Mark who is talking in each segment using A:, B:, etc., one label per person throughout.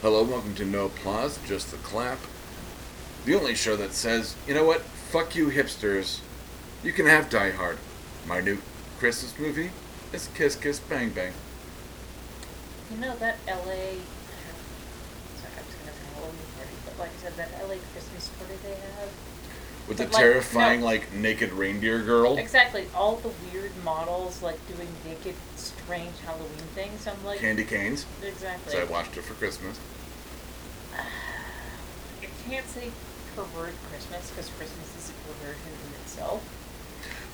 A: Hello, welcome to No Applause, Just the Clap. The only show that says, you know what, fuck you hipsters. You can have Die Hard. My new Christmas movie is Kiss Kiss Bang Bang.
B: You know that LA. Sorry, I was gonna say Halloween party, but like I said, that LA Christmas party they have.
A: With
B: But
A: the
B: like,
A: terrifying,
B: no.
A: like, naked reindeer girl.
B: Exactly, all the weird models like doing naked, strange Halloween things. I'm like,
A: Candy canes.
B: exactly.
A: So I watched it for Christmas.
B: I can't say pervert Christmas because Christmas is a perversion in itself.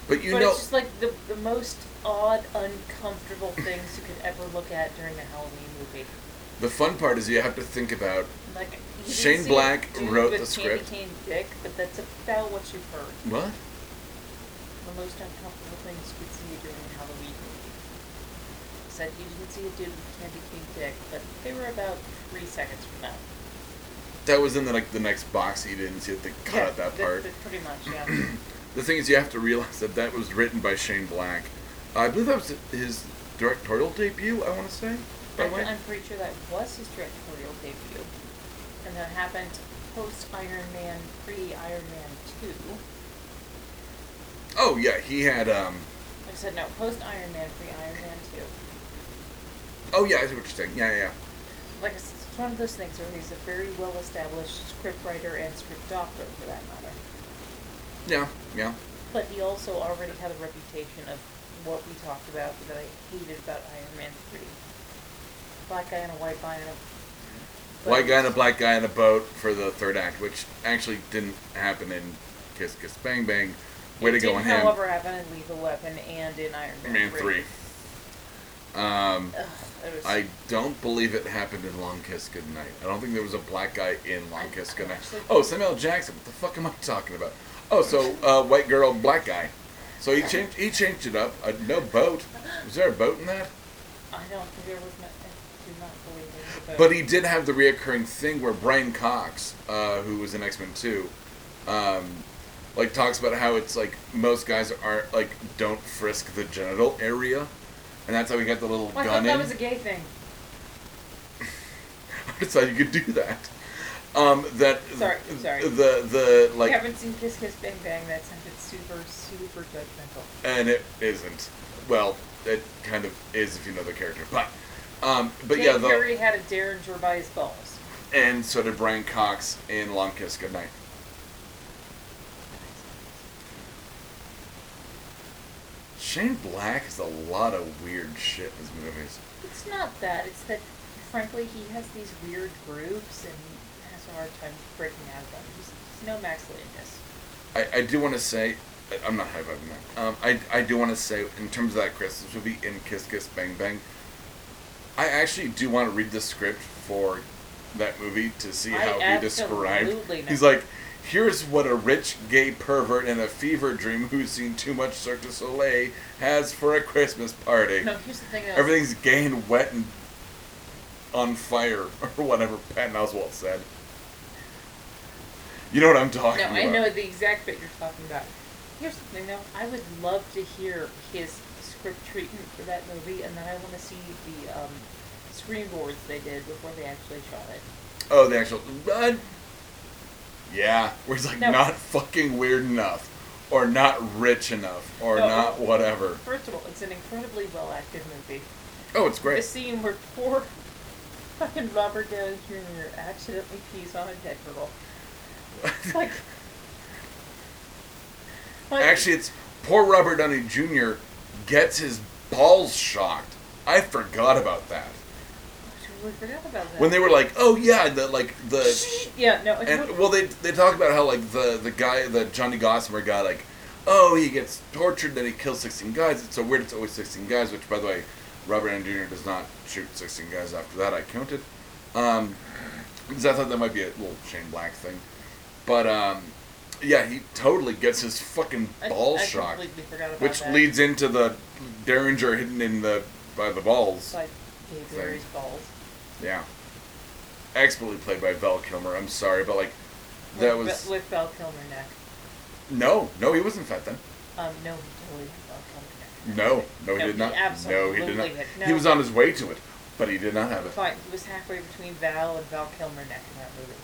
A: But you
B: but
A: know,
B: it's just like the the most odd, uncomfortable things you could ever look at during a Halloween movie.
A: the fun part is you have to think about
B: Like you
A: Shane
B: didn't see a
A: Black
B: dude
A: wrote
B: with
A: the script.
B: Candy cane dick, but that's about what you've heard.
A: what?
B: the most uncomfortable things you could see during a Halloween movie. Said you didn't see a dude with candy cane dick, but they were about three seconds from that.
A: That was in the, like, the next box that you didn't see it. They cut out that
B: th-
A: part.
B: th- pretty much, yeah.
A: The thing is, you have to realize that that was written by Shane Black. I believe that was his directorial debut. I want to say. By the
B: I'm,
A: way,
B: I'm pretty sure that was his directorial debut, and that happened post Iron Man, pre Iron Man two.
A: oh yeah, he had. um
B: I said no, post Iron Man, pre Iron Man two.
A: Oh yeah, I see what you're saying. Yeah, yeah.
B: Like it's, it's one of those things where he's a very well established script writer and script doctor, for that matter.
A: Yeah, yeah.
B: But he also already had a reputation of what we talked about that I hated about Iron Man 3. Black guy and a white guy and a.
A: White guy and a black guy in a boat for the third act, which actually didn't happen in Kiss Kiss Bang Bang. Way
B: It
A: to go
B: did,
A: on him.
B: however, happen in Lethal Weapon and in Iron Man,
A: Man three. Um,
B: Ugh, it was,
A: I don't believe it happened in Long Kiss Goodnight. I don't think there was a black guy in Long
B: I-
A: Kiss
B: I
A: Goodnight.
B: actually-
A: Oh, Samuel L. Jackson. What the fuck am I talking about? Oh, so uh, white girl, black guy. So he changed. He changed it up. Uh, no boat. Was there a boat in that?
B: I don't think there was. No, I do not believe it.
A: But he did have the reoccurring thing where Brian Cox, uh, who was in X Men Two, um, like talks about how it's like most guys aren't like don't frisk the genital area, and that's how he got the little
B: Oh, I
A: gun
B: thought
A: in.
B: that was a gay thing.
A: It's how you could do that. Um, that
B: Sorry, sorry.
A: The the
B: you
A: like,
B: haven't seen Kiss Kiss Bang Bang. That sounded super, super judgmental.
A: and it isn't. Well, it kind of is if you know the character, but um, but
B: Jim
A: yeah, the,
B: Carrey had a derringer by his balls.
A: and so did Brian Cox in Long Kiss Goodnight. Shane Black has a lot of weird shit in his movies.
B: It's not that. It's that, frankly, he has these weird grooves and he has a hard time breaking out of them. He's, he's no Max Landis.
A: I, I do want to say, I- I'm not high fiving that. Um, I, I do want to say, in terms of that Christmas movie in Kiss Kiss Bang Bang, I actually do want to read the script for that movie to see
B: I
A: how he described.
B: absolutely know.
A: He's like, here's what a rich gay pervert in a fever dream who's seen too much Cirque du Soleil has for a Christmas party.
B: No, here's the thing though.
A: Everything's gay and wet and on fire, or whatever Patton Oswalt said. You know what I'm
B: No,
A: talking about.
B: I know the exact bit you're talking about. Here's the thing though. I would love to hear his script treatment for that movie, and then I want to see the um, screenboards they did before they actually shot it.
A: Oh, the actual. Uh, yeah, where it's like
B: No.
A: not fucking weird enough, or not rich enough, or
B: No.
A: not whatever.
B: First of all, it's an incredibly well acted movie.
A: Oh, it's
B: The
A: great.
B: scene where poor fucking Robert Downey Jr. accidentally pees on a dead girl. It's like, like
A: Actually, it's poor Robert Downey Jr. gets his balls shocked. I forgot about that.
B: I totally forgot about that.
A: When they were like, "Oh yeah," the like the
B: yeah, no, I
A: and
B: totally-
A: well, they they talk about how like the the guy, the Johnny Gossamer guy, like, oh, he gets tortured, then he kills sixteen guys. It's so weird. It's always sixteen guys. Which, by the way, Robert Downey Jr. does not shoot sixteen guys. After that, I counted. Um, because I thought that might be a little Shane Black thing, but um, yeah, he totally gets his fucking
B: I-
A: ball
B: I
A: shocked,
B: completely forgot about
A: which
B: that.
A: leads into the Derringer hidden in the by the balls.
B: like Dave Barry's balls.
A: Yeah, expertly played by Val Kilmer. I'm sorry, but like.
B: With,
A: That
B: Be-
A: was
B: with Val Kilmer neck.
A: No, no, he wasn't fat then.
B: Um, no, he totally had Val Kilmer neck.
A: No, no, he
B: No,
A: did
B: he
A: not. no, he
B: absolutely
A: did not.
B: did.
A: He
B: No.
A: was on his way to it. But he did not have it.
B: Fine, he was halfway between Val and Val Kilmer neck in that movie.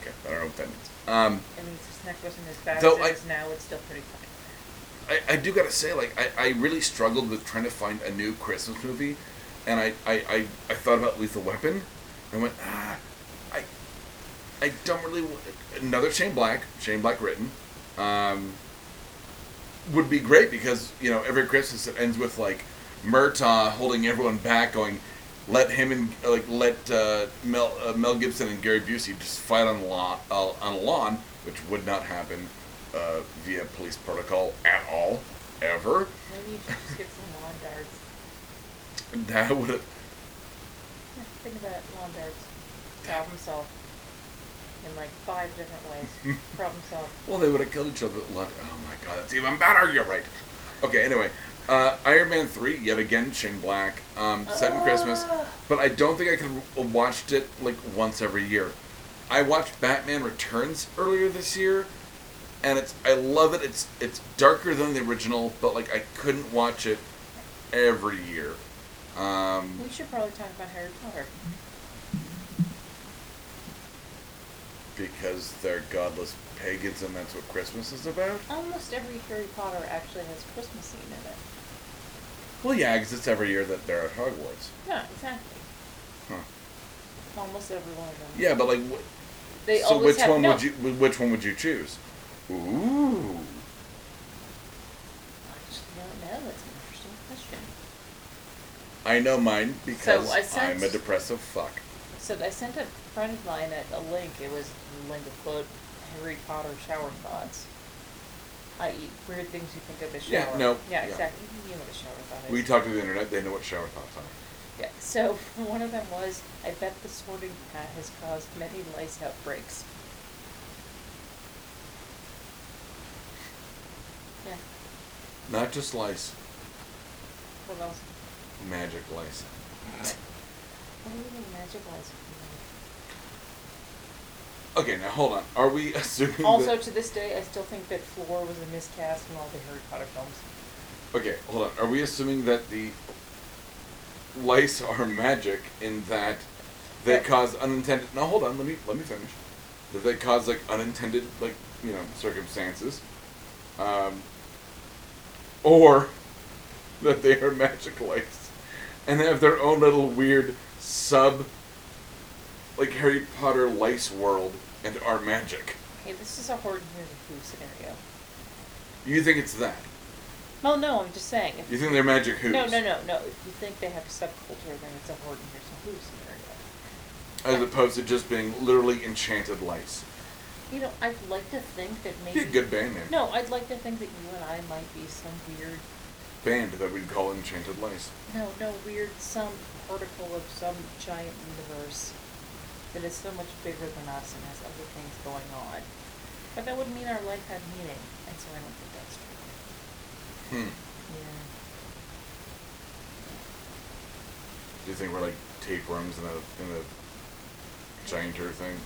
A: Okay, I don't know what that means. Um,
B: It means his neck wasn't as bad
A: Though
B: as
A: I-
B: it is now. It's still pretty funny.
A: I, I do gotta say, like, I, I really struggled with trying to find a new Christmas movie, and I, I, I, I thought about Lethal Weapon, and went, ah, I, I don't really want another Shane Black, Shane Black written, um, would be great because you know every Christmas it ends with like Murtaugh holding everyone back, going, let him and like let uh, Mel uh, Mel Gibson and Gary Busey just fight on the lawn uh, on a lawn, which would not happen uh, via police protocol at all, ever.
B: Maybe you should just get some lawn darts.
A: That would
B: Yeah, think about it, lawn darts. Problem solved. In like five different ways. Problem solved.
A: well, they would have killed each other. at lunch. Oh my god, that's even better. You're right. Okay, anyway, uh, Iron Man three yet again Shane Black, um, set in Christmas.
B: Ah.
A: But I don't think I could have watched it like once every year. I watched Batman Returns earlier this year, and it's I love it. It's it's darker than the original, but like I couldn't watch it every year. Um,
B: We should probably talk about Harry Potter.
A: because they're godless pagans, and that's what Christmas is about.
B: Almost every Harry Potter actually has a Christmas scene in it.
A: Well, yeah, because it's every year that they're at Hogwarts.
B: Yeah, exactly.
A: Huh.
B: Almost every one of them.
A: Yeah, but like, wh-
B: They
A: so
B: always
A: which
B: have,
A: one
B: no,
A: would you? wh- Which one would you choose? Ooh,
B: I actually don't know. That's an interesting question.
A: I know mine because
B: I
A: I'm a
B: sense-
A: depressive fuck.
B: So I sent a friend of mine a, a link. It was the link of quote Harry Potter shower thoughts. I.e., weird things you think of as
A: Yeah,
B: shower.
A: no,
B: Yeah,
A: yeah.
B: exactly. You know what a shower thought is.
A: We talk to the internet; they know what shower thoughts are.
B: Yeah, so one of them was, I bet the sorting hat has caused many lice outbreaks. Yeah,
A: Not just lice,
B: what else?
A: magic lice.
B: What do you mean magic lice? are
A: Okay, now hold on. Are we assuming?
B: from there? Also,
A: that-
B: to this day, I still think that Floor was a miscast in all the Harry Potter films.
A: okay, hold on. Are we assuming that the lice are magic in that they
B: That-
A: cause unintended? No, hold on. Let me let me finish. That they cause like unintended like you know circumstances, um, or that they are magic lice and they have their own little weird sub like Harry Potter lice world and are magic.
B: Okay, this is a Horton Hears a Who scenario.
A: You think it's that?
B: Well, no, I'm just saying. If
A: You think they're magic who's?
B: no, no, no, no. If you think they have a subculture, then it's a Horton Hears a Who scenario.
A: As opposed to just being literally enchanted lice.
B: You know, I'd like to think that maybe.
A: Be a good band name.
B: No, I'd like to think that you and I might be some weird,
A: Band that we'd call Enchanted Lice.
B: no, no, weird, some particle of some giant universe that is so much bigger than us and has other things going on. But that would mean our life had meaning, and so I don't think that's true.
A: Hmm. Do
B: Yeah.
A: you think we're like tapeworms in a in a giant earth thing?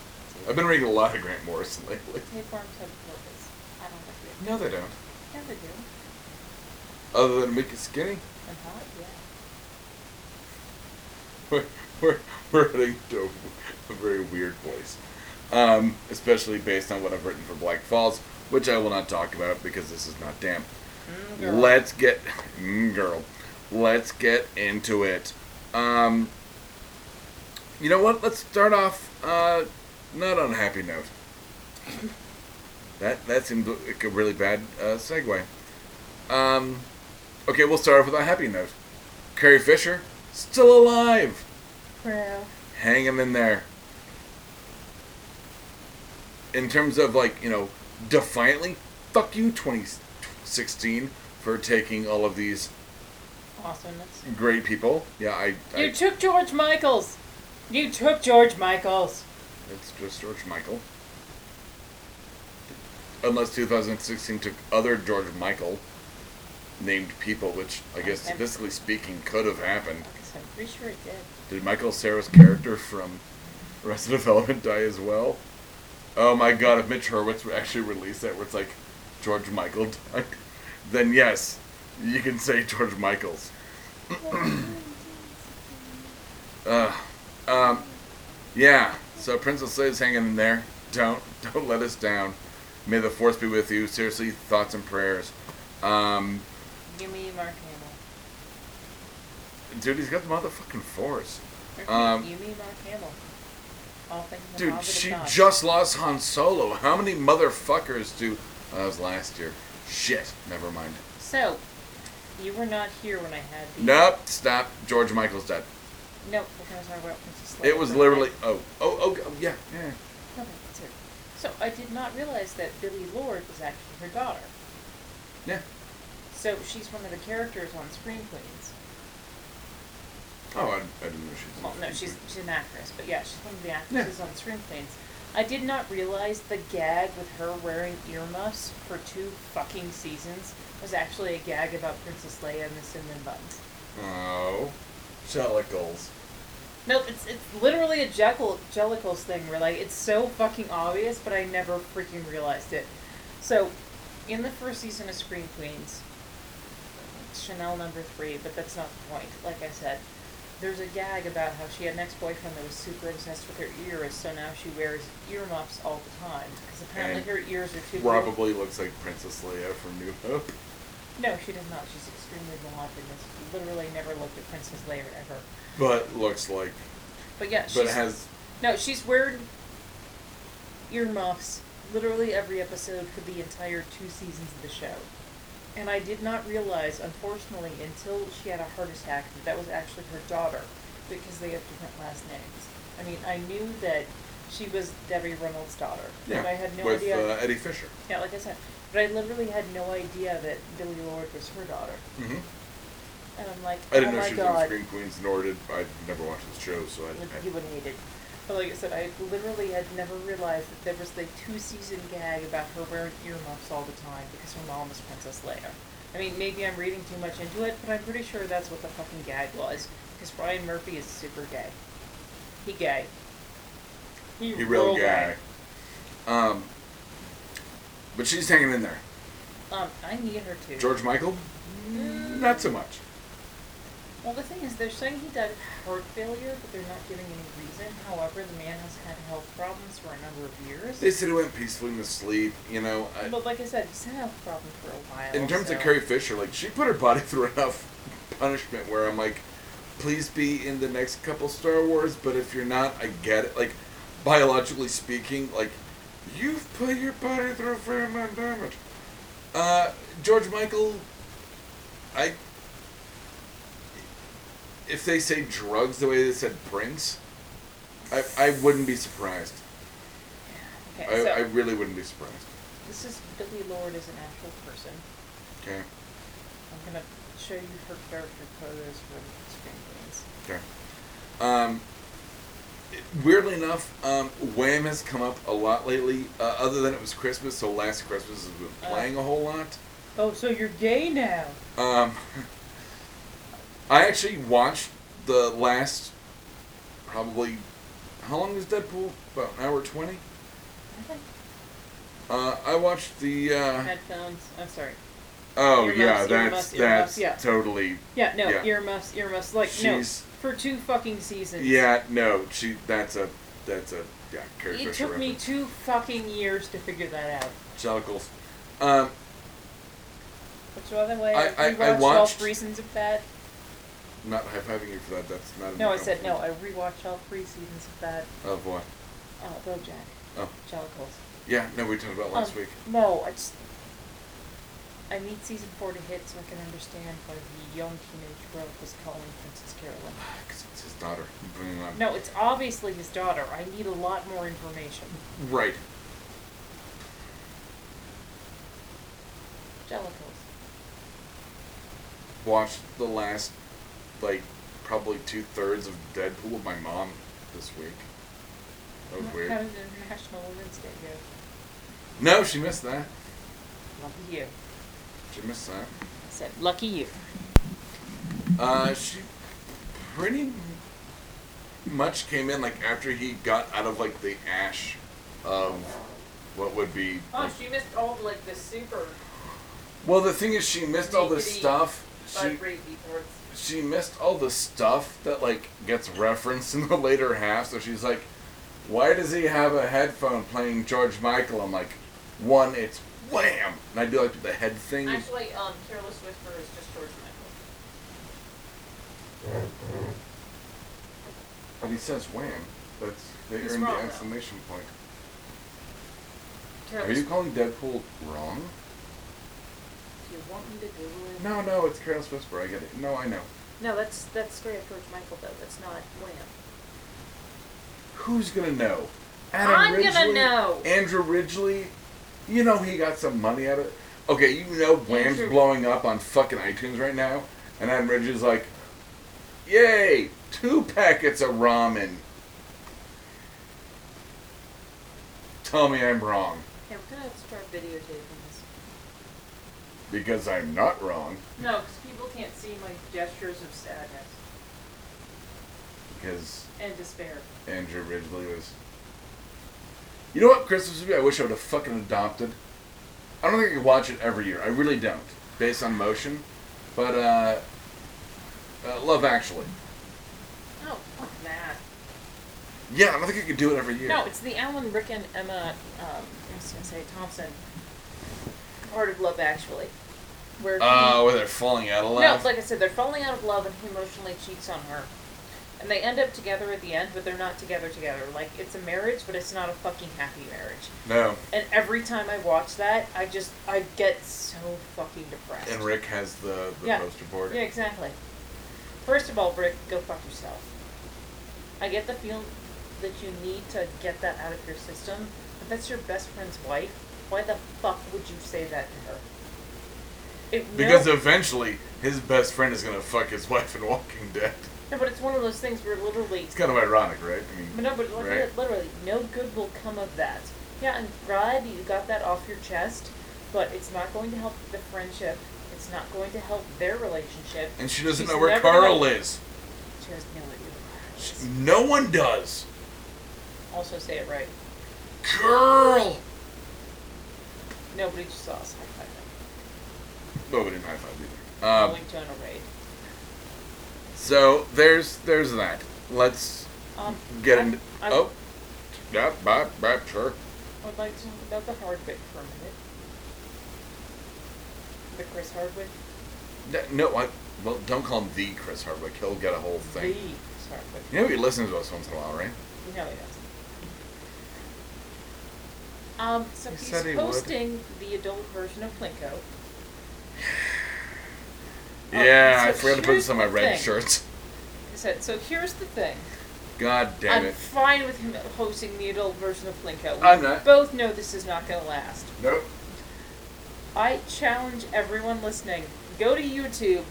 A: I've been reading a lot of Grant Morrison lately.
B: Tapeworms have a purpose. I don't think they
A: No, they don't.
B: Yeah, they do.
A: Other than make you skinny,
B: And hot, yeah.
A: we're we're, we're heading to a, a very weird place. Um, especially based on what I've written for Black Falls, which I will not talk about because this is not damp. Let's get, mm, girl, let's get into it. Um, you know what? Let's start off uh, not on a happy note. That that seemed like a really bad uh, segue. Um, okay, we'll start off with a happy note. Carrie Fisher still alive,
B: Well,
A: hanging in there. In terms of like you know, defiantly, fuck you, 2016 for taking all of these
B: awesomeness.
A: great people. Yeah, I. I
B: You took George Michaels! You took George Michaels!
A: It's just George Michael. Unless 2016 took other George Michael named people, which I guess
B: Okay.
A: statistically speaking could have happened.
B: Because I'm pretty sure it did.
A: Did Michael Sarah's character from Arrested Development die as well? Oh my god, if Mitch Hurwitz would actually released that where it's like George Michael died, then yes, you can say George Michael's. Uh, um, Yeah. So Princess Leia's hanging in there. Don't don't let us down. May the force be with you. Seriously, thoughts and prayers. Um,
B: Give me Mark Hamill.
A: dude, he's got the motherfucking force. Um,
B: Um, you mean Mark Hamill? All things in the
A: Dude,
B: Hobbit of
A: she
B: God.
A: just lost Han Solo. How many motherfuckers do? Oh, that was last year. Shit. Never mind.
B: So, you were not here when I had the.
A: Nope. Stop. George Michael's dead.
B: Nope, we're going to talk about Princess Leia.
A: It was
B: but
A: literally. Oh. Oh. Oh. oh, Yeah. Yeah.
B: I- no, that's her. So, I did not realize that Billy Lord was actually her daughter.
A: Yeah.
B: So, she's one of the characters on Scream Queens.
A: Oh, I, I didn't know she was.
B: Well, no, she's she's an actress, but yeah, she's one of the
A: Yeah.
B: actresses on Scream Queens. I did not realize the gag with her wearing earmuffs for two fucking seasons was actually a gag about Princess Leia and the cinnamon buns.
A: Oh. Jellicles.
B: No, it's it's literally a Jekyll Jellicles thing where like it's so fucking obvious, but I never freaking realized it. So, in the first season of Scream Queens, Chanel number three, but that's not the point. Like I said, there's a gag about how she had an ex-boyfriend that was super obsessed with her ears, so now she wears earmuffs all the time because apparently
A: And
B: her ears are too. big.
A: Probably looks like Princess Leia from New Hope.
B: No, she does not. She's extremely blonde and has literally never looked at Princess Leia ever.
A: But looks like.
B: But yeah, she's
A: But it has.
B: No, she's wearing earmuffs literally every episode for the entire two seasons of the show. And I did not realize, unfortunately, until she had a heart attack, that that was actually her daughter because they have different last names. I mean, I knew that she was Debbie Reynolds' daughter,
A: Yeah.
B: but I had no
A: with
B: idea.
A: Uh, Eddie Fisher.
B: yeah, like I said, but I literally had no idea that Billy Lord was her daughter.
A: Mm-hmm.
B: And I'm like,
A: I didn't
B: oh
A: know
B: my
A: she was on
B: god.
A: Scream Queens, nor did I never watched the show, so I.
B: Like,
A: I
B: you would hate it. But like I said, I literally had never realized that there was the two season gag about her wearing earmuffs all the time because her mom was Princess Leia. I mean, maybe I'm reading too much into it, but I'm pretty sure that's what the fucking gag was. Because Brian Murphy is super gay. He gay. He,
A: he real guy.
B: gay.
A: Um. But she's hanging in there.
B: Um, I need her to.
A: George Michael, not so much.
B: Well, the thing is, they're saying he died of heart failure, but they're not giving any reason. However, the man has had health problems for a number of years.
A: They said he went peacefully to sleep. You know, I,
B: But like I said, he's had a problem for a while.
A: in terms of
B: so-
A: Carrie Fisher, like she put her body through enough punishment where I'm like, please be in the next couple Star Wars, but if you're not, I get it. Like, biologically speaking, like you've put your body through a fair amount of damage. Uh, George Michael, I. If they say drugs the way they said Prince, I, I wouldn't be surprised.
B: Okay, so
A: I, I really wouldn't be surprised.
B: this is Billy Lord is an actual person.
A: Okay.
B: I'm gonna show you her character photos for Scream Queens.
A: Okay. Um, weirdly enough, um, Wham has come up a lot lately. Uh, other than it was Christmas, so last Christmas has
B: Uh.
A: been playing a whole lot.
B: Oh, so you're gay now?
A: Um, I actually watched the last, probably, how long is Deadpool? About an hour twenty. Uh, I watched the. Uh,
B: Headphones. I'm sorry.
A: oh
B: Earmuffs,
A: yeah, that's
B: earmuffs, earmuffs,
A: that's
B: yeah.
A: totally.
B: Yeah, no,
A: Yeah.
B: earmuffs, earmuffs. Like
A: She's-
B: no, for two fucking seasons.
A: Yeah, no, she. That's a that's a yeah. Carrie
B: It
A: Fisher
B: took me
A: reference.
B: two fucking years to figure that out.
A: Jellicles. Um,
B: Which, by the way,
A: I- I- I
B: rewatched all
A: watched-
B: three seasons of that.
A: Not high fiving you for that. That's not.
B: No,
A: a
B: I said no. I
A: compliment.
B: rewatched all three seasons of that.
A: Of what?
B: Uh, BoJack,
A: Oh,
B: Jellicles.
A: yeah. No, we talked about last
B: Um,
A: week.
B: No, I just I need season four to hit so I can understand why the young teenage girl was calling Princess Carolyn.
A: Because it's his daughter. Bring it on.
B: No, it's obviously his daughter. I need a lot more information.
A: Right.
B: Jellicles.
A: Watched the last, like, probably two thirds of Deadpool with my mom this week. That was
B: How
A: weird.
B: did International Women's Day go?
A: No, she missed that.
B: Lucky you.
A: She missed that.
B: I said, lucky you.
A: Uh, she pretty much came in like after he got out of like the ash of what would be like,
B: she missed all like the super
A: Well, the thing is, she missed all this
B: Giggity.
A: stuff. She
B: reports.
A: she missed all the stuff that like gets referenced in the later half. So she's like, why does he have a headphone playing George Michael? I'm like, one, it's wham, and I do like the head thing.
C: Actually, um, Careless Whisper is just George Michael.
A: But he says wham. That's they
C: He's
A: earned
C: wrong,
A: the
C: though.
A: exclamation point. Are
C: Careless.
A: you calling Deadpool wrong?
C: Mm. Do you want me to Google it?
A: No, no, it's Careless Whisper. I get it. No, I know.
C: No, that's that's straight up George Michael though. That's not Wham.
A: Who's gonna know?
C: I'm gonna know.
A: Andrew Ridgely. You know he got some money out of it. Okay, you know Wham's
C: Andrew-
A: blowing up on fucking iTunes right now, and Adam Ridgely's like, "Yay, two packets of ramen." Tell me I'm wrong
C: Hey, we're gonna have to start videotaping this.
A: because I'm not wrong
B: No, because people can't see my gestures of sadness
A: because
B: and despair.
A: Andrew Ridgely was. You know what Christmas movie I wish I would have fucking adopted? I don't think I could watch it every year. I really don't, based on motion. But, uh, uh, Love Actually.
C: Oh, fuck that.
A: Yeah, I don't think I could do it every year.
B: No, it's the Alan Rick and Emma. Um, I was gonna say Thompson. Part of Love Actually, where he-
A: Oh, where they're falling out of
B: no,
A: love.
B: it's like I said, they're falling out of love and he emotionally cheats on her, and they end up together at the end, but they're not together together. Like it's a marriage, but it's not a fucking happy marriage.
A: no.
B: And every time I watch that, I just I get so fucking depressed.
A: And Rick has the, the
B: Yeah.
A: poster board.
B: Yeah, exactly. First of all, Rick, go fuck yourself. I get the feeling that you need to get that out of your system, but that's your best friend's wife. Why the fuck would you say that to her? It,
A: Because
B: no,
A: eventually, his best friend is gonna fuck his wife in Walking Dead.
B: no, but it's one of those things where literally,
A: It's kind of ironic, right? I mean,
B: but no, but like,
A: Right.
B: literally, no good will come of that. Yeah, and God, you got that off your chest, but it's not going to help the friendship. It's not going to help their relationship.
A: and she doesn't
B: She's
A: know where
B: never gonna-
A: Carl is.
B: She has no idea. where it
A: She-
B: is.
A: No one does.
B: Also, say it right.
A: Girl!
B: Nobody just saw us high five
A: Nobody high five either.
B: them.
A: Um,
B: Going to an raid.
A: so there's there's that. Let's
B: Um,
A: get
B: I-
A: into.
B: I,
A: oh, yeah, bye, bye, sure.
B: would like to talk about the Hardwick for a minute. The Chris Hardwick.
A: N- No, I, well, don't call him the Chris Hardwick. He'll get a whole
B: The Oh,
A: thing.
B: Chris Hardwick.
A: You know he listens to us once in a while, right?
B: No, he doesn't. Um, so
A: He
B: he's
A: said he would.
B: posting the adult version of Plinko. Oh,
A: yeah,
B: so
A: I forgot to put
B: here's
A: this on my
B: the
A: red
B: thing.
A: shirts.
B: He said, so here's the thing.
A: God damn
B: I'm
A: it.
B: fine with him hosting the adult version of Plinko. We
A: I'm not.
B: both know this is not going to last.
A: Nope.
B: I challenge everyone listening go to YouTube,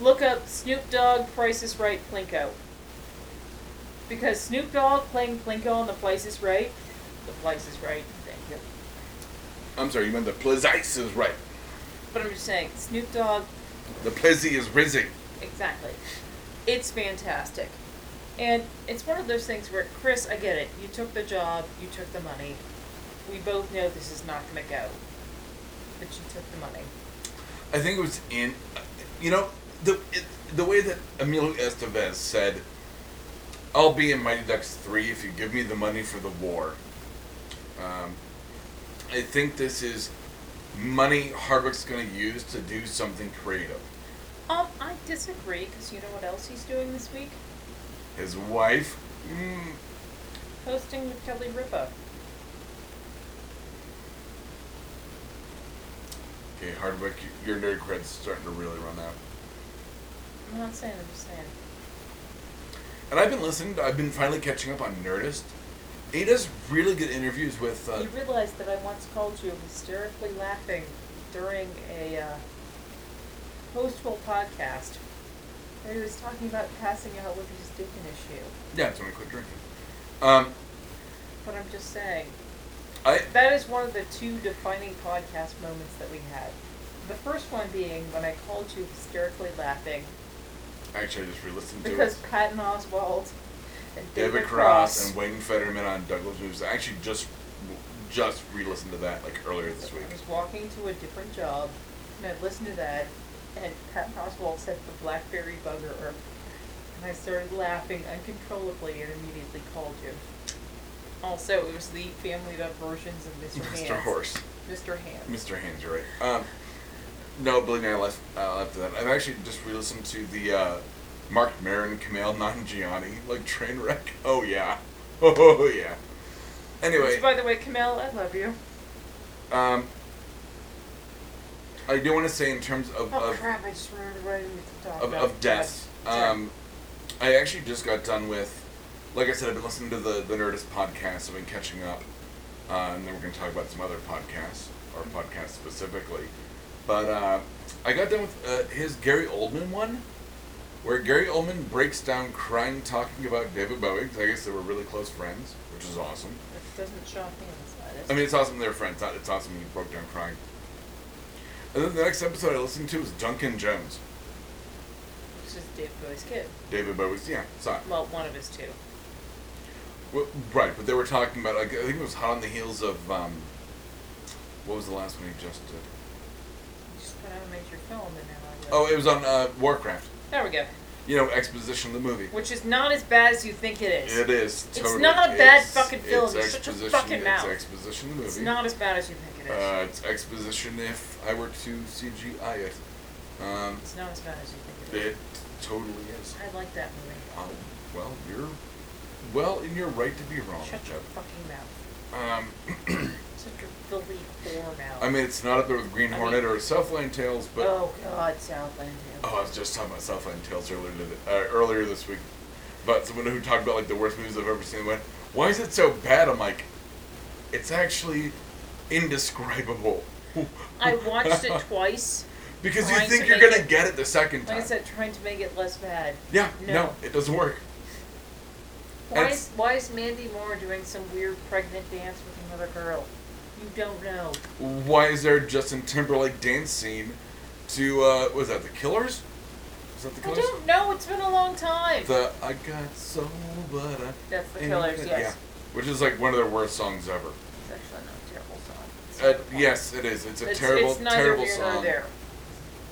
B: look up Snoop Dogg Price is Right Plinko. Because Snoop Dogg playing Plinko on The Price is Right, The Price is Right, thank you.
A: I'm sorry, you meant the Plazice is right.
B: But I'm just saying, Snoop Dogg,
A: The Plizzy is Rizzy.
B: exactly. It's fantastic. And it's one of those things where, Chris, I get it. You took the job, you took the money. We both know this is not going to go. But you took the money.
A: I think it was in, you know, the it, the way that Emilio Estevez said, "I'll be in Mighty Ducks three if you give me the money for the war." Um, I think this is money Hardwick's going to use to do something creative.
B: Um, I disagree because you know what else he's doing this week?
A: His wife, mm,
B: Hosting with Kelly Ripa.
A: okay, Hardwick, y- your nerd cred's starting to really run out.
B: I'm not saying, I'm just saying.
A: And I've been listening. To, I've been finally catching up on Nerdist. He does really good interviews with. Uh,
B: you realize that I once called you hysterically laughing during a uh, hostful podcast where he was talking about passing out with his dick an issue.
A: yeah, it's when I quit drinking. Um,
B: But I'm just saying,
A: I
B: that is one of the two defining podcast moments that we had. The first one being when I called you hysterically laughing
A: Actually, I just re-listened to
B: because
A: it.
B: Patton Oswald and
A: David,
B: David,
A: Cross, and Wayne Fetterman on Douglas Moves. I actually just just re-listened to that like earlier this week.
B: I was walking to a different job, and I listened to that, and Pat Oswald said the blackberry bugger, or And I started laughing uncontrollably and immediately called you. Also, it was the family diversions of Mr. Hands.
A: Mr. Horse.
B: Mr. Hands.
A: Mr. Hands, you're right. Um, no, believe me, I left, I left that. I've actually just re-listened to the uh, Mark Maron, Kamal Nanjiani, like train wreck. Oh yeah, oh yeah. Anyway,
B: Which, by the way, Camille, I love you.
A: um, I do want to say in terms of
B: Oh
A: of,
B: crap! I just remembered what I needed to talk
A: of,
B: about.
A: of deaths, um, I actually just got done with. Like I said, I've been listening to the the Nerdist podcast. I've been catching up, uh, and then we're going to talk about some other podcasts or podcasts specifically. But uh, I got done with uh, his Gary Oldman one, where Gary Oldman breaks down crying talking about David Bowie. 'cause I guess they were really close friends, which is awesome.
B: It doesn't shock me inside.
A: I mean, it's awesome they're friends. It's it's awesome he broke down crying. And then the next episode I listened to was Duncan Jones,
B: Which is Dave Bowie's kid.
A: David Bowie's yeah, son.
B: Well, one of his two.
A: Well, right, but they were talking about. Like, I think it was hot on the heels of. Um, what was the last one he just did?
B: You just put out a major film and now I
A: Oh,
B: live.
A: it was on uh, Warcraft.
B: There we go.
A: You know, exposition of the movie.
B: Which is not as bad as you think it is.
A: It is.
B: It's
A: totally-
B: not a bad
A: it's-
B: fucking film,
A: It's
B: you're such a
A: exposition.
B: fucking
A: it's
B: mouth.
A: exposition of the
B: It's
A: movie.
B: not as bad as you think it is.
A: Uh, it's exposition if I were to CGI it. Um,
B: it's not as bad as you think it is.
A: it totally is.
B: I like that movie.
A: Oh, well, you're well in your right to be wrong,
B: Shut your
A: Jeff.
B: fucking mouth.
A: Um,
B: Shut your filthy whore mouth.
A: I mean, it's not up there with Green
B: I mean-
A: Hornet or Southland Tales, but
B: oh God, Southland. Tales.
A: Oh, I was just talking about Southland Tales earlier, today, uh, earlier this week. But someone who talked about like the worst movies I've ever seen went, "Why is it so bad?" I'm like, "It's actually indescribable."
B: I watched it twice.
A: because you
B: trying
A: think
B: to
A: you're
B: make
A: gonna
B: it-
A: get it the second time.
B: Like I said, trying to make it less bad.
A: yeah, no.
B: no.
A: it doesn't work.
B: Why
A: It's-
B: is why is Mandy Moore doing some weird pregnant dance with another girl? You don't know.
A: Why is there a Justin Timberlake dance scene to uh, was that the Killers? Was that the
B: I
A: Killers?
B: don't know. It's been a long time.
A: The I got soul, but I
B: That's the Killers. Yes.
A: Yeah, which is like one of their worst songs ever.
B: It's actually not a terrible song. It's
A: Uh,
B: terrible.
A: yes, it is. It's a
B: It's-
A: terrible,
B: it's neither
A: terrible
B: here nor
A: song.
B: there.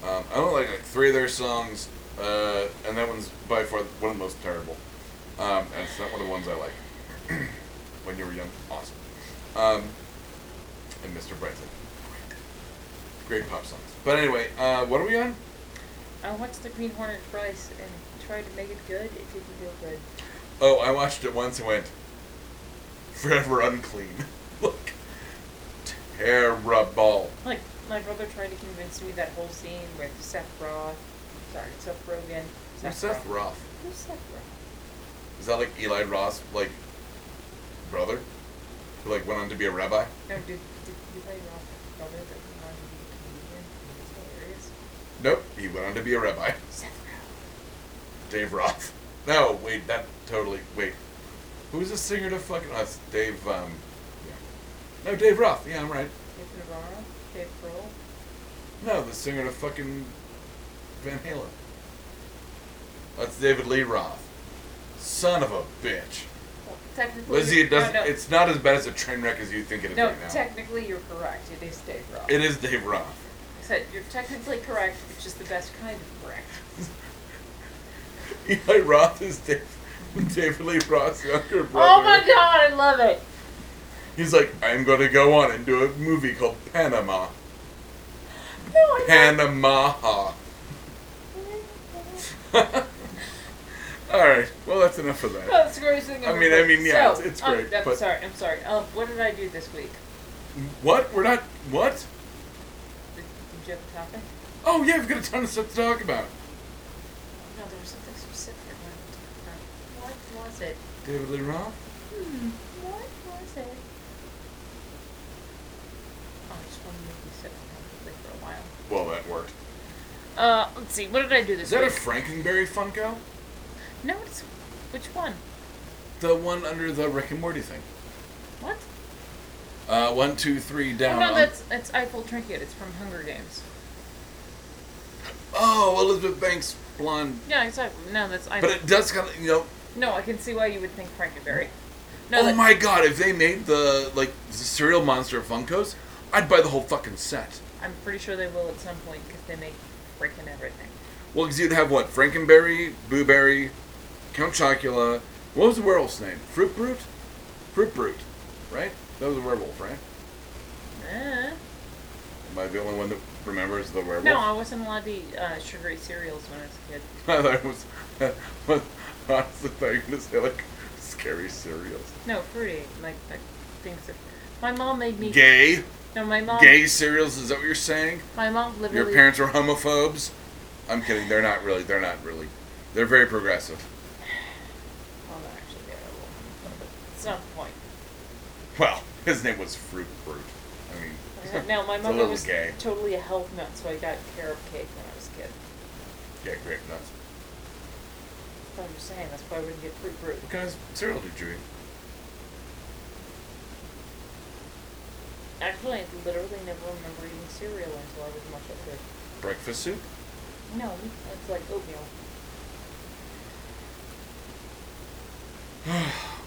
A: Um, I only like, like three of their songs, uh, and that one's by far one of the most terrible. Um, and it's not one of the ones I like. when you were young, awesome. Um, and Mr. Brightside, great pop songs. But anyway, uh, what are we on?
B: I watched The Green Hornet twice and tried to make it good. It didn't feel good.
A: Oh, I watched it once and went forever unclean. Look, terrible.
B: Like my brother tried to convince me that whole scene with Seth Roth, sorry, Seth Rogen.
A: Who's Seth Roth?
B: Who's Seth Roth?
A: Is that like Eli Ross, like brother, who like went on to be a rabbi?
B: No, did did Eli Roth have a brother that he wanted to be a comedian? It was hilarious.
A: Nope, he went on to be a rabbi.
B: Seth Roth.
A: Dave Roth. No, wait, that totally wait. Who's the singer to fucking us? Dave. Um, yeah. No, Dave Roth. Yeah, I'm right.
B: Dave Navarro, Dave Grohl.
A: No, the singer to fucking Van Halen. That's David Lee Roth. Son of a bitch.
B: Well, technically,
A: Lizzie,
B: you're-
A: it doesn't.
B: No, no,
A: It's not as bad as a train wreck as you think it is
B: no
A: right now.
B: technically, you're correct. It is Dave Roth.
A: it is Dave Roth.
B: Said you're technically correct, which is the best kind of correct.
A: Eli Roth is Dave, David Lee Roth's younger brother.
B: Oh my god, I love it.
A: He's like, I'm going to go on and do a movie called Panama.
B: No, I'm not.
A: Panama. All right. Well, that's enough of
B: Oh,
A: that.
B: it's the greatest thing
A: I
B: I've
A: mean-
B: ever
A: I mean,
B: heard.
A: yeah,
B: So,
A: it's- it's
B: um,
A: great,
B: I'm
A: but-
B: sorry. I'm sorry. Um, what did I do this week?
A: What? We're not. What?
B: Did, did you have a topic?
A: Oh yeah, we've got a ton of stuff to talk about.
B: No, there was something specific I wanted to talk about. What was it?
A: David Lee Roth.
B: Hmm. What was it? Oh, I just wanted to make you sit comfortably for a while.
A: Well, that worked.
B: Uh, let's see. What did I do this
A: Is that a
B: week?
A: Frankenberry Funko?
B: no, it's which one?
A: The one under the Rick and Morty thing.
B: What?
A: Uh, one, two, three
B: oh,
A: down.
B: no, that's that's Eiffel Trinket. It's from Hunger Games.
A: Oh, Elizabeth Banks, blonde.
B: Yeah, exactly. No, that's Eiffel.
A: But it does kind of, you know.
B: no, I can see why you would think Frankenberry. No,
A: oh
B: that-
A: my God! If they made the like the cereal monster Funkos, I'd buy the whole fucking set.
B: I'm pretty sure they will at some point because they make freaking everything.
A: Well, because you'd have what? Frankenberry, Blueberry, Count Chocula. What was the werewolf's name? Fruit Brute? Fruit Brute, right? That was a werewolf, right?
B: Eh.
A: Am I the only one that remembers the werewolf?
B: No, I wasn't allowed to eat uh, sugary cereals when I was a kid.
A: I thought it was. honestly, thought you were gonna say like scary cereals.
B: No, fruity, like, like things that. My mom made me.
A: Gay,
B: No, my mom.
A: gay cereals. Is that what you're saying?
B: My mom literally.
A: Your parents are homophobes? I'm kidding. They're not really. They're not really. They're very progressive.
B: Well, no, Oh, actually, they're a little- but It's not the point.
A: Well, his name was Fruit Brute. I mean,
B: Uh, No, my
A: it's a
B: mother
A: little
B: was
A: gay.
B: totally a health nut, so I got carob cake when I was a kid.
A: Yeah, grape nuts.
B: So I'm just saying, that's why I wouldn't get fruit brute.
A: What kind of cereal did you eat?
B: Actually, I literally never remember eating cereal until I was much older.
A: Breakfast soup?
B: No, it's like oatmeal.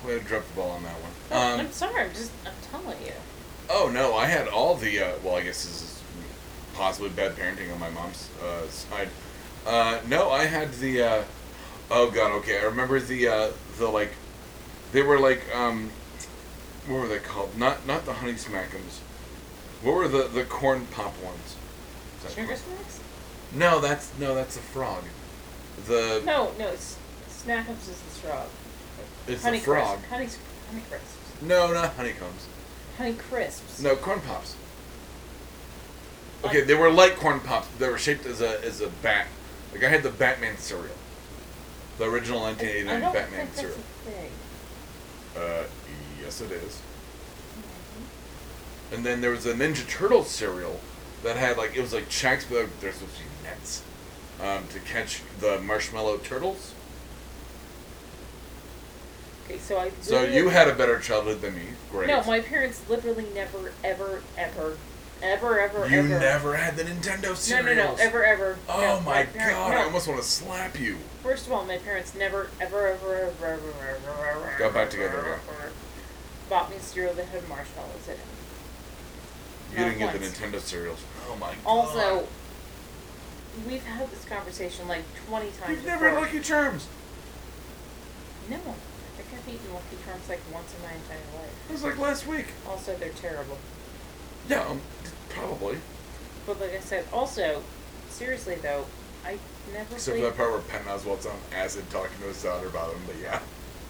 A: Way to drop the ball on that
B: No,
A: one. Um,
B: Oh, I'm sorry, I'm just, I'm telling you.
A: oh no, I had all the. Uh, well, I guess this is possibly bad parenting on my mom's uh, side. Uh, no, I had the. Uh, oh god, okay. I remember the uh, the like. They were like um, what were they called? Not not the honey smackums. What were the the corn pop ones? Is that
B: Sugar
A: corn-
B: snacks?
A: No, that's no, that's a frog. The
B: No, no, it's, Snackups is the straw.
A: it's
B: honey
A: a frog.
B: Crisp, honey, s- honey crisps.
A: No, not honeycombs.
B: Honey crisps.
A: No, corn pops. Okay, they were like corn pops. They were shaped as a as a bat. Like I had the Batman cereal, the original
B: I- I
A: 1989
B: don't
A: Batman
B: think that's
A: cereal.
B: a thing.
A: Uh, yes, it is. And then there was a Ninja Turtle cereal that had like it was like checks, but there's supposed to be nets um, to catch the marshmallow turtles.
B: Okay, so I.
A: So you
B: literally-
A: had a better childhood than me. Great.
B: No, my parents literally never, ever, ever, ever, ever,
A: You
B: ever.
A: never had the Nintendo
B: No,
A: cereals.
B: no, no, ever, ever.
A: Oh
B: no,
A: my
B: parent-
A: god!
B: no.
A: I almost want to slap you.
B: First of all, my parents never, ever, ever, ever, ever, ever, ever.
A: Got back together,
B: ever,
A: go.
B: ever Bought me cereal that had marshmallows in it.
A: You didn't
B: Not
A: get the
B: once.
A: Nintendo cereals. Oh my god.
B: Also, we've had this conversation like 20 times
A: you've never
B: before.
A: had Lucky Charms.
B: No, I think I've eaten Lucky Charms like once in my entire life.
A: It was like last week.
B: Also, they're terrible.
A: Yeah, um, probably.
B: But like I said, also, seriously though, I never
A: Except for
B: played
A: that part where Penn Oswald's on acid talking to his daughter about him. But yeah,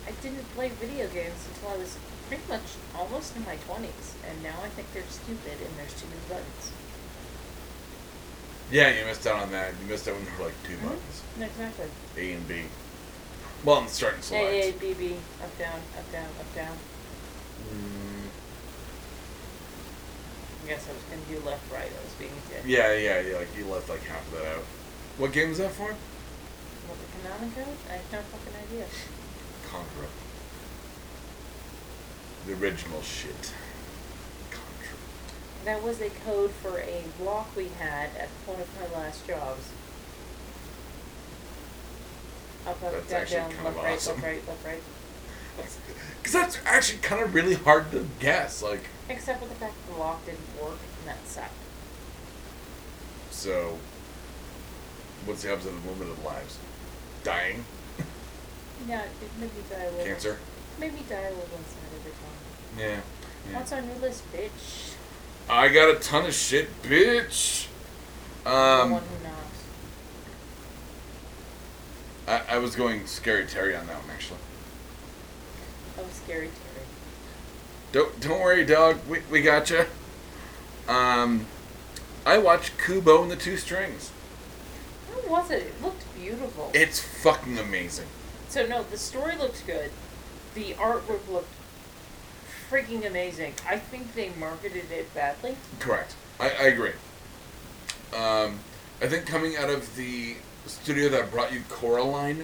B: I didn't play video games until I was pretty much almost in my 20s, and now I think they're stupid and there's too many buttons.
A: yeah, you missed out on that. You missed out when there were like 2
B: Mm-hmm.
A: buttons,
B: Exactly.
A: A and B. Well, I'm starting select.
B: A, A, B, B, up, down, up, down, up, down.
A: Mm,
B: I guess I was going to do left, right. I was being a dick.
A: yeah, yeah, yeah. Like you left like half of that out. What game is that for?
B: What the Konami code? I have no fucking idea.
A: Contra. The original shit. Contra.
B: That was a code for a block we had at one of my last jobs. Up, up,
A: That's
B: down,
A: actually
B: down,
A: kind
B: left,
A: of
B: right,
A: awesome.
B: left, right, left, right.
A: Because that's actually kind of really hard to guess. Like,
B: Except for the fact that the lock didn't work, and that sucked.
A: so, what's the opposite of limited lives? Dying?
B: Yeah, it made me die a little.
A: Cancer?
B: Made me die a little inside every time.
A: Yeah.
B: What's on your list, bitch?
A: I got a ton of shit, bitch!
B: the
A: Um,
B: one who knocks.
A: I, I was going Scary Terry on that one, actually.
B: Oh, scary Terry.
A: Don't, don't worry, dog. We, we gotcha. Um, I watched Kubo and the Two Strings.
B: How was it? It looked beautiful.
A: It's fucking amazing.
B: so no, the story looked good. The artwork looked freaking amazing. I think they marketed it badly.
A: Correct. I, I agree. Um, I think coming out of the studio that brought you Coraline,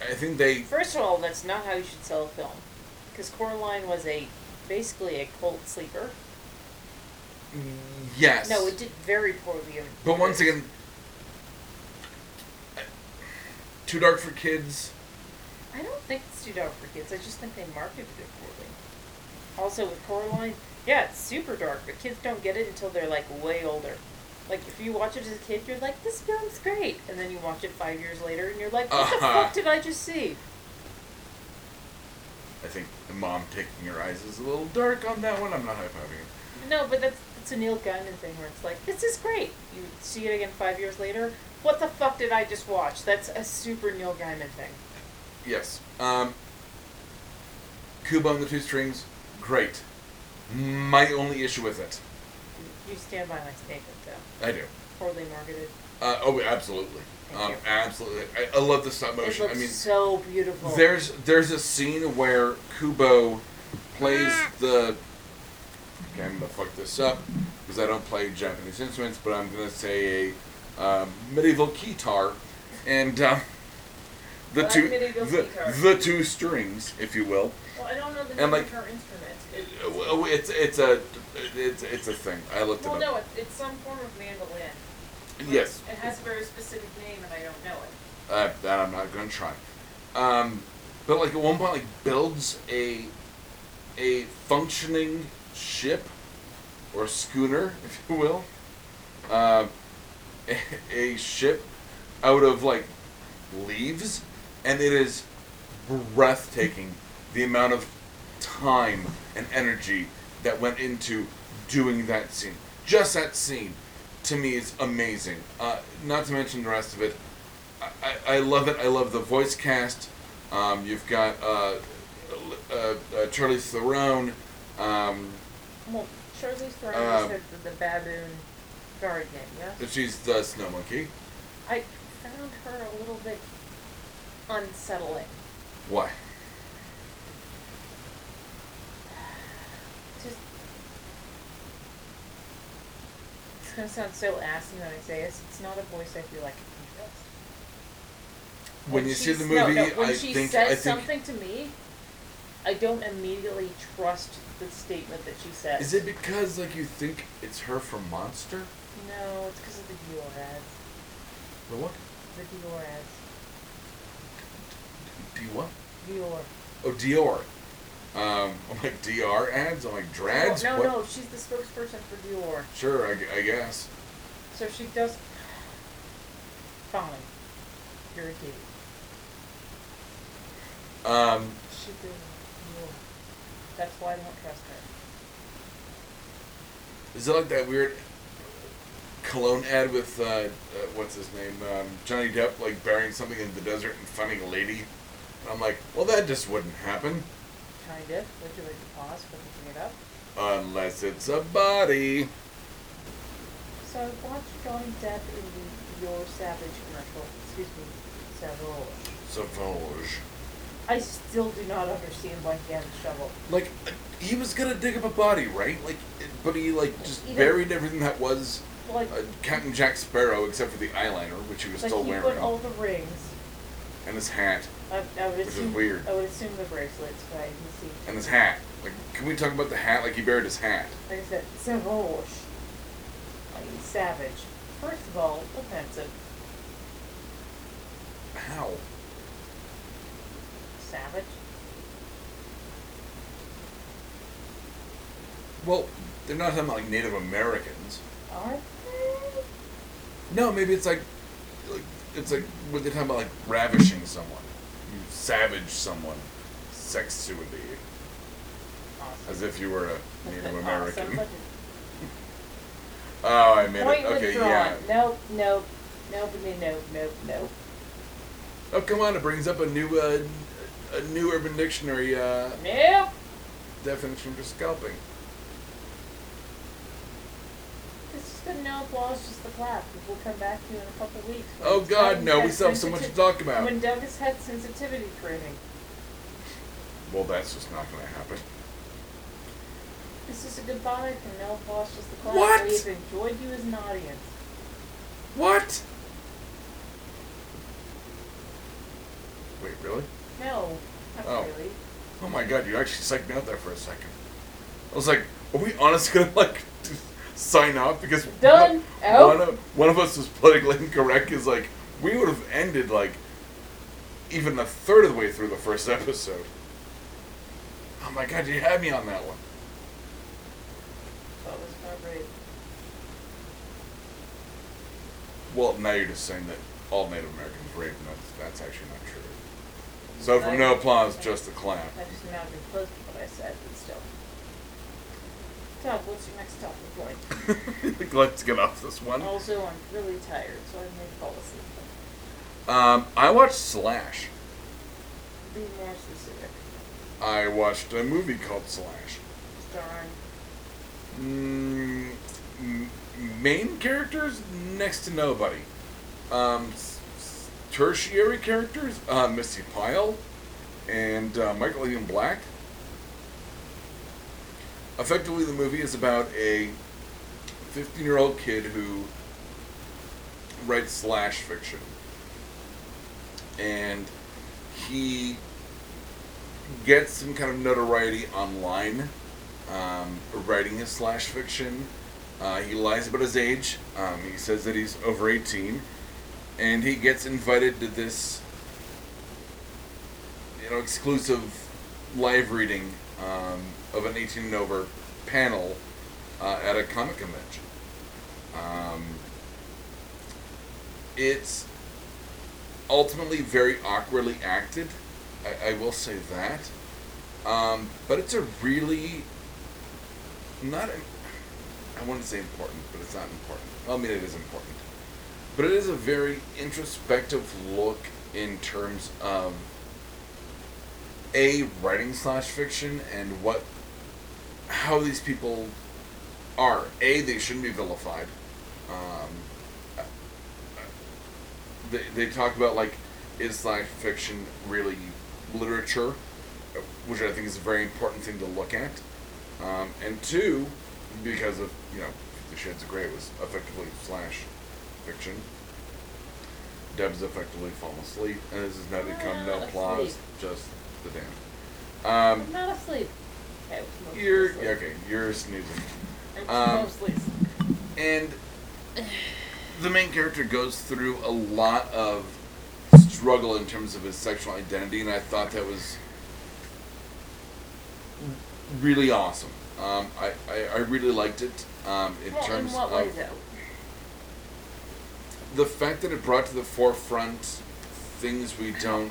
A: I think they.
B: First of all, that's not how you should sell a film, because Coraline was a basically a cult sleeper.
A: Yes.
B: No, it did very poorly. in
A: But once
B: theaters.
A: again, Too Dark for Kids.
B: I don't think it's too dark for kids. I just think they marketed it poorly. Also with Coraline, yeah, it's super dark, but kids don't get it until they're like way older. Like if you watch it as a kid, you're like, "This film's great," and then you watch it five years later, and you're like, "What the
A: Uh-huh.
B: fuck did I just see?"
A: I think the mom taking her eyes is a little dark on that one. I'm not high fiving it.
B: No, but that's that's a Neil Gaiman thing where it's like, this is great. You see it again five years later. What the fuck did I just watch? That's a super Neil Gaiman thing.
A: Yes. Um, Kubo and the Two Strings, great. My only issue with it,
B: You stand by my statement though.
A: I do.
B: Poorly marketed.
A: Uh, oh, absolutely.
B: Thank
A: Um,
B: you.
A: absolutely. I, I love the stop
B: It looks
A: motion. I mean,
B: so beautiful.
A: There's there's a scene where Kubo plays
B: Ah.
A: the. Okay, I'm gonna fuck this up because I don't play Japanese instruments, but I'm gonna say a um, medieval guitar, and um, the
C: Black
A: two
C: medieval
A: the,
C: guitar.
A: the two strings, if you will.
C: Well, I don't know the
A: And,
C: name
A: like-
C: of her instrument. It-
A: Well, It's it's a it's it's a thing. I looked
C: Well,
A: it up.
C: no, it's, it's some form of mandolin.
A: Yes,
C: It has a very specific name and I don't know it.
A: uh, that I'm not gonna try. Um, but like at one point, like builds a a functioning ship or schooner, if you will, uh, a, a ship out of like leaves, and it is breathtaking the amount of time and energy that went into doing that scene. Just that scene, to me, is amazing. Uh, not to mention the rest of it. I, I, I love it. I love the voice cast. Um, you've got uh, uh, uh, Charlie Theron. Um,
B: Well, Charlize Theron
A: Um,
B: is the, the baboon guard name, yeah?
A: she's the snow monkey.
B: I found her a little bit unsettling.
A: Why?
B: Just. It's gonna sound so assy when I say this. It's not a voice I feel like I can trust.
A: When you see
B: she's-
A: the
B: no,
A: movie,
B: no, when
A: I
B: she
A: think
B: says
A: I think
B: something to me, I don't immediately trust the statement that she says.
A: is it because like you think it's her from Monster?
B: No, it's because of the Dior ads.
A: The what?
B: The Dior ads.
A: D what?
B: Dior.
A: Oh, Dior. Um, I'm like DR ads. I'm like drags.
B: No,
A: what?
B: no, she's the spokesperson for Dior.
A: Sure, I, gu- I guess.
B: So she does. Fine. Irritating.
A: Um,
B: She does Dior. That's why I don't trust her.
A: is it like that weird cologne ad with uh, uh, what's his name um, Johnny Depp like burying something in the desert and finding a lady? And I'm like, well, that just wouldn't happen
B: Kind of. Would you like to pause for looking it up?
A: unless it's a body.
B: So I watched Johnny Depp in the Your Savage commercial. Excuse me, Savage.
A: Savage.
B: I still do not understand why he had a shovel.
A: Like uh, he was gonna dig up a body, right? Like, it- but he like just
B: He didn't-
A: buried everything that was uh,
B: Like,
A: Captain Jack Sparrow, except for the eyeliner, which he was
B: like
A: still
B: he
A: wearing,
B: put all the rings.
A: and his hat,
B: I, I would
A: Which is
B: assume.
A: weird.
B: I would assume the bracelets, but I didn't see.
A: and his hat. Like, can we talk about the hat? Like he buried his hat.
B: Like I said, Savage. I mean, savage. First of all, offensive.
A: How?
B: Savage.
A: Well, they're not talking about like Native Americans.
B: Are they?
A: No, maybe it's like, like it's like when they're talking about like ravishing someone, you savage someone, sexually,
B: Awesome.
A: as if you were a Native American.
B: Awesome.
A: Oh, I made
B: Point
A: it. Okay,
B: withdrawn.
A: yeah.
B: Nope, nope, nope, and then nope, nope, nope.
A: Oh, come on! It brings up a new, uh, a new Urban Dictionary uh,
B: Nope.
A: definition for scalping.
B: It's just the no applause, just the clap. We'll come back to you in a couple weeks. when
A: Oh
B: Doug
A: God, no! We
B: has
A: still have so much to
B: sensiti-
A: talk about.
B: When Doug has had sensitivity training.
A: Well, that's just not going to happen.
B: This is a goodbye from no applause, just the clap.
A: What?
B: We've enjoyed you as an audience.
A: What? Wait, really?
B: No, not
A: Oh.
B: really.
A: Oh my god, you actually psyched me out there for a second. I was like, are we honestly gonna like sign off because
B: Done. Out.
A: One of, one of us was politically incorrect. Is like we would have ended like even a third of the way through the first episode. Oh my god, you had me on that one.
B: That was not great.
A: Well, now you're just saying that all Native Americans rape, and that's, that's actually not true. So from no applause, just a clap.
B: I just imagined close to what I said, but still. Doug, what's your next topic like?
A: Let's get off this one.
B: Also, I'm really tired, so I may fall asleep.
A: Um, I watched Slash.
B: Be more specific.
A: I watched a movie called Slash.
B: Darn.
A: Mm, m- main characters next to nobody. Um, s- s- tertiary characters uh, Missy Pyle and uh, Michael Ian Black. Effectively, the movie is about a 15 year old kid who writes slash fiction. And he gets some kind of notoriety online um, writing his slash fiction. Uh, he lies about his age. Um, he says that he's over 18. And he gets invited to this, you know, exclusive live reading um, of an 18 and over panel uh, at a comic convention. Um, it's ultimately very awkwardly acted. I, I will say that. Um, but it's a really not. im- I wouldn't say important, but it's not important. Well, I mean, it is important, but it is a very introspective look in terms of a writing slash fiction and what how these people are. A, they shouldn't be vilified. Um, they, they talk about like is slash fiction really literature which i think is a very important thing to look at um, and two because of you know the shades of gray was effectively slash fiction deb's effectively fallen asleep and this is now become no
B: Ah,
A: applause
B: asleep.
A: just the damn
B: I'm
A: um,
B: not asleep. Okay, I was mostly
A: you're
B: asleep.
A: okay you're snoozing
B: I was
A: um,
B: mostly asleep.
A: and the main character goes through a lot of struggle in terms of his sexual identity, and I thought that was really awesome. Um, I, I, I really liked it um, in
B: well,
A: terms
B: in what
A: of
B: way, though?
A: the fact that it brought to the forefront things we don't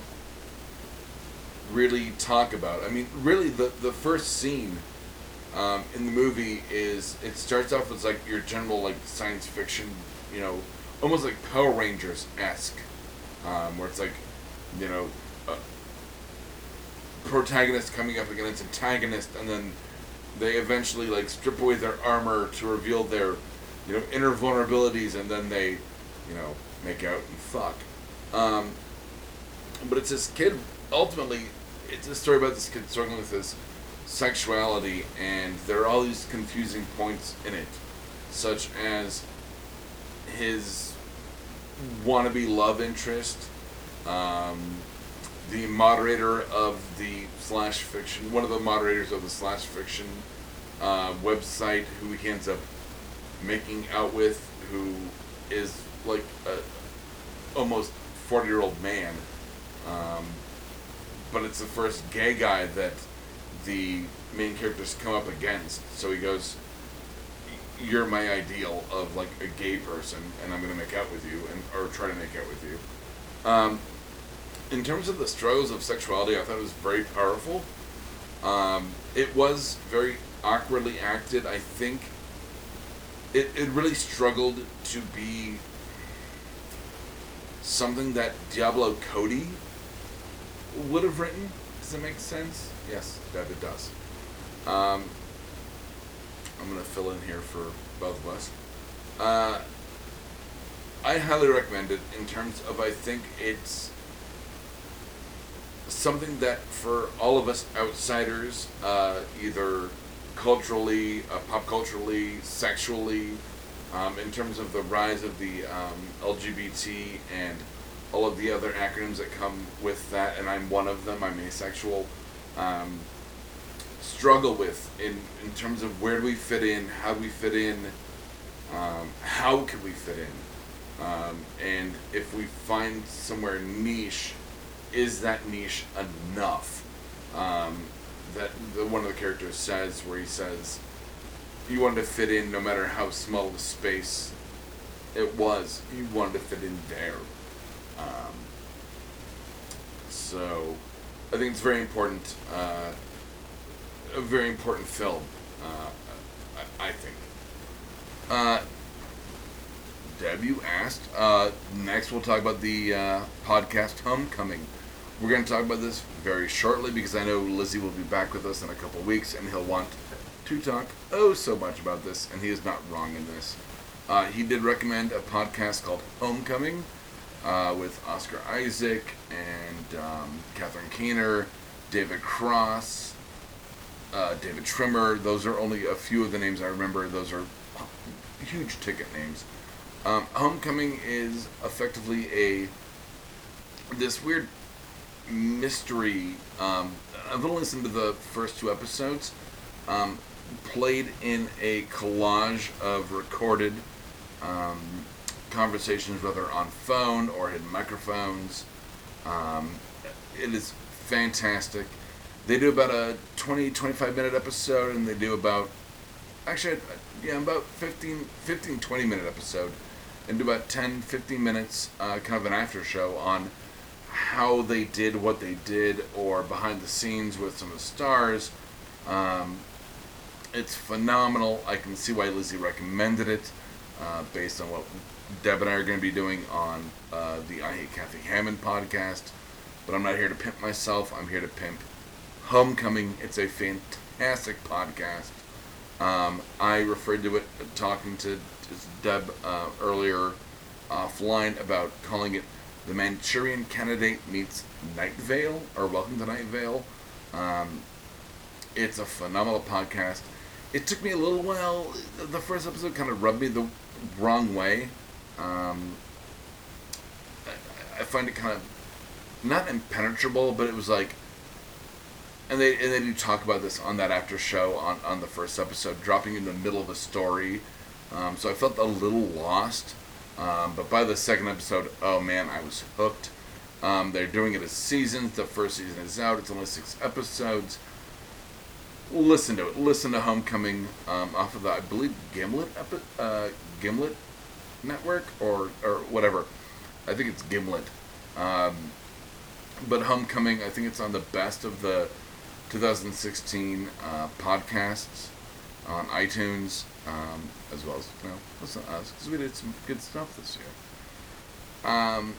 A: really talk about. I mean, really, the the first scene um, in the movie is it starts off as like your general like science fiction, you know, almost like Power Rangers esque, um, where it's like, you know, a protagonist coming up against antagonist, and then they eventually like strip away their armor to reveal their you know inner vulnerabilities and then they you know make out and fuck um, but it's this kid ultimately it's a story about this kid struggling with his sexuality and there are all these confusing points in it such as his wannabe love interest um, the moderator of the slash fiction one of the moderators of the slash fiction uh, website who he ends up making out with who is like a almost 40 year old man um, but it's the first gay guy that the main characters come up against so he goes you're my ideal of like a gay person and i'm going to make out with you and or try to make out with you um, in terms of the struggles of sexuality i thought it was very powerful um, it was very awkwardly acted i think it, it really struggled to be something that Diablo Cody would have written. Does that make sense? Yes, that it does. Um, I'm gonna fill in here for both of us. Uh, I highly recommend it in terms of I think it's something that for all of us outsiders, uh, either culturally, uh, pop culturally, sexually, um, in terms of the rise of the um, LGBT and all of the other acronyms that come with that, and I'm one of them, I'm asexual, um, struggle with in, in terms of where do we fit in, how do we fit in, um, how could we fit in, um, and if we find somewhere niche, is that niche enough? Um, that the, one of the characters says, where he says, "You wanted to fit in, no matter how small the space it was. You wanted to fit in there." Um, so I think it's very important, uh, a very important film, uh, I, I think. Uh, Deb, you asked. Uh, next, we'll talk about the uh, podcast Homecoming. We're going to talk about this very shortly because I know Lizzie will be back with us in a couple weeks and he'll want to talk oh so much about this, and he is not wrong in this. Uh, he did recommend a podcast called Homecoming uh, with Oscar Isaac and um, Catherine Keener, David Cross, uh, David Trimmer. Those are only a few of the names I remember. Those are huge ticket names. Um, Homecoming is effectively a this weird mystery. Um, I've only listened to the first two episodes. Um, played in a collage of recorded um, conversations, whether on phone or hidden microphones. Um, it is fantastic. They do about a 20, 25 minute episode, and they do about, actually, uh, yeah, about 15, 15 20 minute episode, and do about 10, 15 minutes, uh, kind of an after show on how they did what they did, or behind the scenes with some of the stars. Um, it's phenomenal. I can see why Lizzie recommended it, uh, based on what Deb and I are going to be doing on uh, the I Hate Kathy Hammond podcast. But I'm not here to pimp myself. I'm here to pimp Homecoming. It's a fantastic podcast. Um, I referred to it uh, talking to to Deb uh, earlier offline about calling it the Manchurian Candidate meets Night Vale or Welcome to Night Vale. Um, it's a phenomenal podcast. It took me a little while. The first episode kind of rubbed me the wrong way. Um, I, I find it kind of not impenetrable, but it was like, and they and they do talk about this on that after show on on the first episode, dropping in the middle of a story. Um, so I felt a little lost. Um, but by the second episode, oh man, I was hooked. Um, they're doing it as seasons. The first season is out. It's only six episodes listen to it. Listen to Homecoming um, off of the, I believe, Gimlet epi- uh, Gimlet network or or whatever. I think it's Gimlet. Um, but Homecoming, I think it's on the best of the 2016 uh, podcasts on iTunes, um, as well as you know, listen to us because we did some good stuff this year. Um,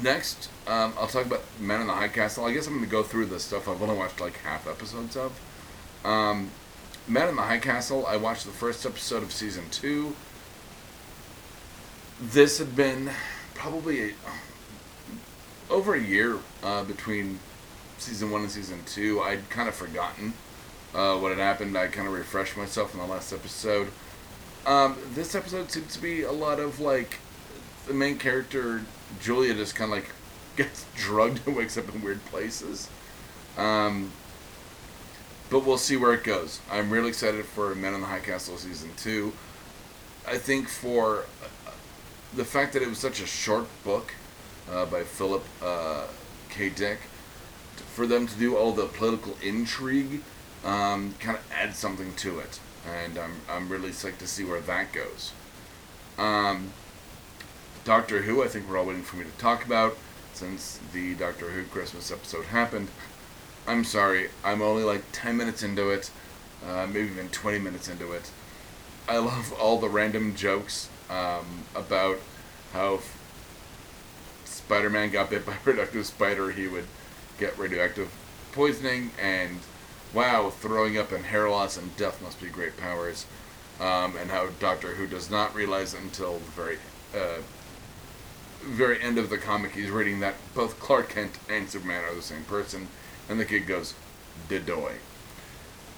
A: next, um, I'll talk about Men in the High Castle. I guess I'm going to go through the stuff I've only watched like half episodes of. Um, Men in the High Castle, I watched the first episode of season two. This had been probably a, over a year uh, between season one and season two. I'd kind of forgotten uh, what had happened. I kind of refreshed myself in the last episode. Um, this episode seems to be a lot of like the main character Julia just kind of like gets drugged and wakes up in weird places. Um, but we'll see where it goes. I'm really excited for Men in the High Castle season two. I think for uh, the fact that it was such a short book uh, by Philip uh, K. Dick, for them to do all the political intrigue, um, kind of adds something to it, and I'm I'm really psyched to see where that goes. Um, Doctor Who, I think we're all waiting for me to talk about since the Doctor Who Christmas episode happened. I'm sorry, I'm only like 10 minutes into it, uh, maybe even 20 minutes into it. I love all the random jokes um, about how if Spider Man got bit by a radioactive spider, he would get radioactive poisoning, and wow, throwing up and hair loss and death must be great powers. Um, and how Doctor Who does not realize until the very uh, very end of the comic, he's reading that both Clark Kent and Superman are the same person, and the kid goes, "Didoy."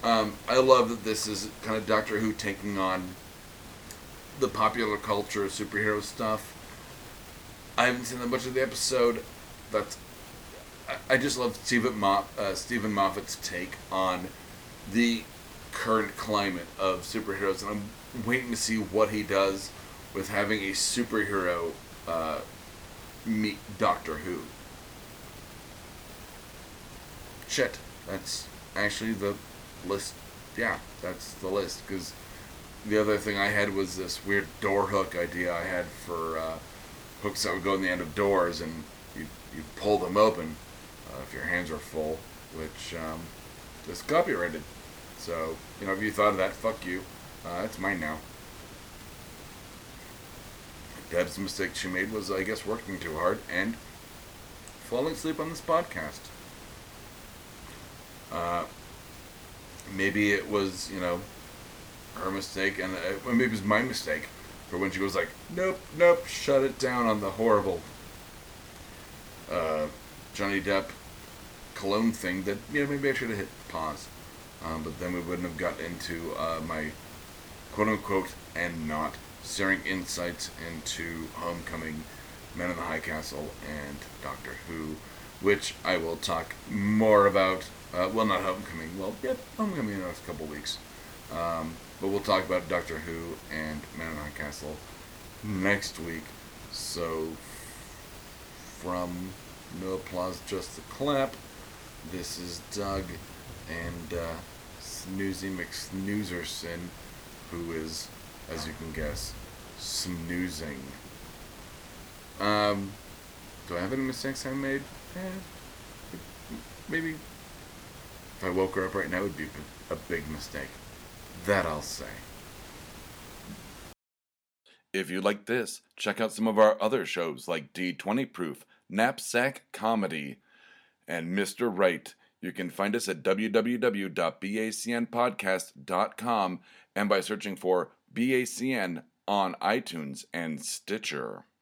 A: Um, I love that this is kind of Doctor Who taking on the popular culture superhero stuff. I haven't seen that much of the episode. That's I- I just love Stephen Moff, uh, Stephen Moffat's take on the current climate of superheroes, and I'm waiting to see what he does with having a superhero uh, meet Doctor Who. Shit, that's actually the list. Yeah, that's the list. Because the other thing I had was this weird door hook idea I had for uh, hooks that would go in the end of doors, and you you pull them open, uh, if your hands are full, which um, is copyrighted. So, you know, if you thought of that, fuck you. Uh, it's mine now. Deb's mistake she made was, I guess, working too hard and falling asleep on this podcast. Uh, maybe it was, you know, her mistake, and uh, well, maybe it was my mistake for when she was like, nope, nope, shut it down on the horrible uh, Johnny Depp cologne thing that, you know, maybe I should have hit pause. Um, but then we wouldn't have got into uh, my quote unquote and not searing insights into Homecoming, Men in the High Castle, and Doctor Who, which I will talk more about. Uh, well, not Homecoming. Well, yep, Homecoming in the next couple weeks. Um, but we'll talk about Doctor Who and Man in the High Castle next week. So, from No Applause, Just the Clap, this is Doug and uh, Snoozy McSnoozerson, who is, as you can guess, snoozing. Um, do I have any mistakes I made? Eh, maybe. If I woke her up right now, it would be a big mistake. That I'll say. If you like this, check out some of our other shows like D20 Proof, Knapsack Comedy, and Mr. Right. You can find us at www.bacnpodcast.com and by searching for BACN on iTunes and Stitcher.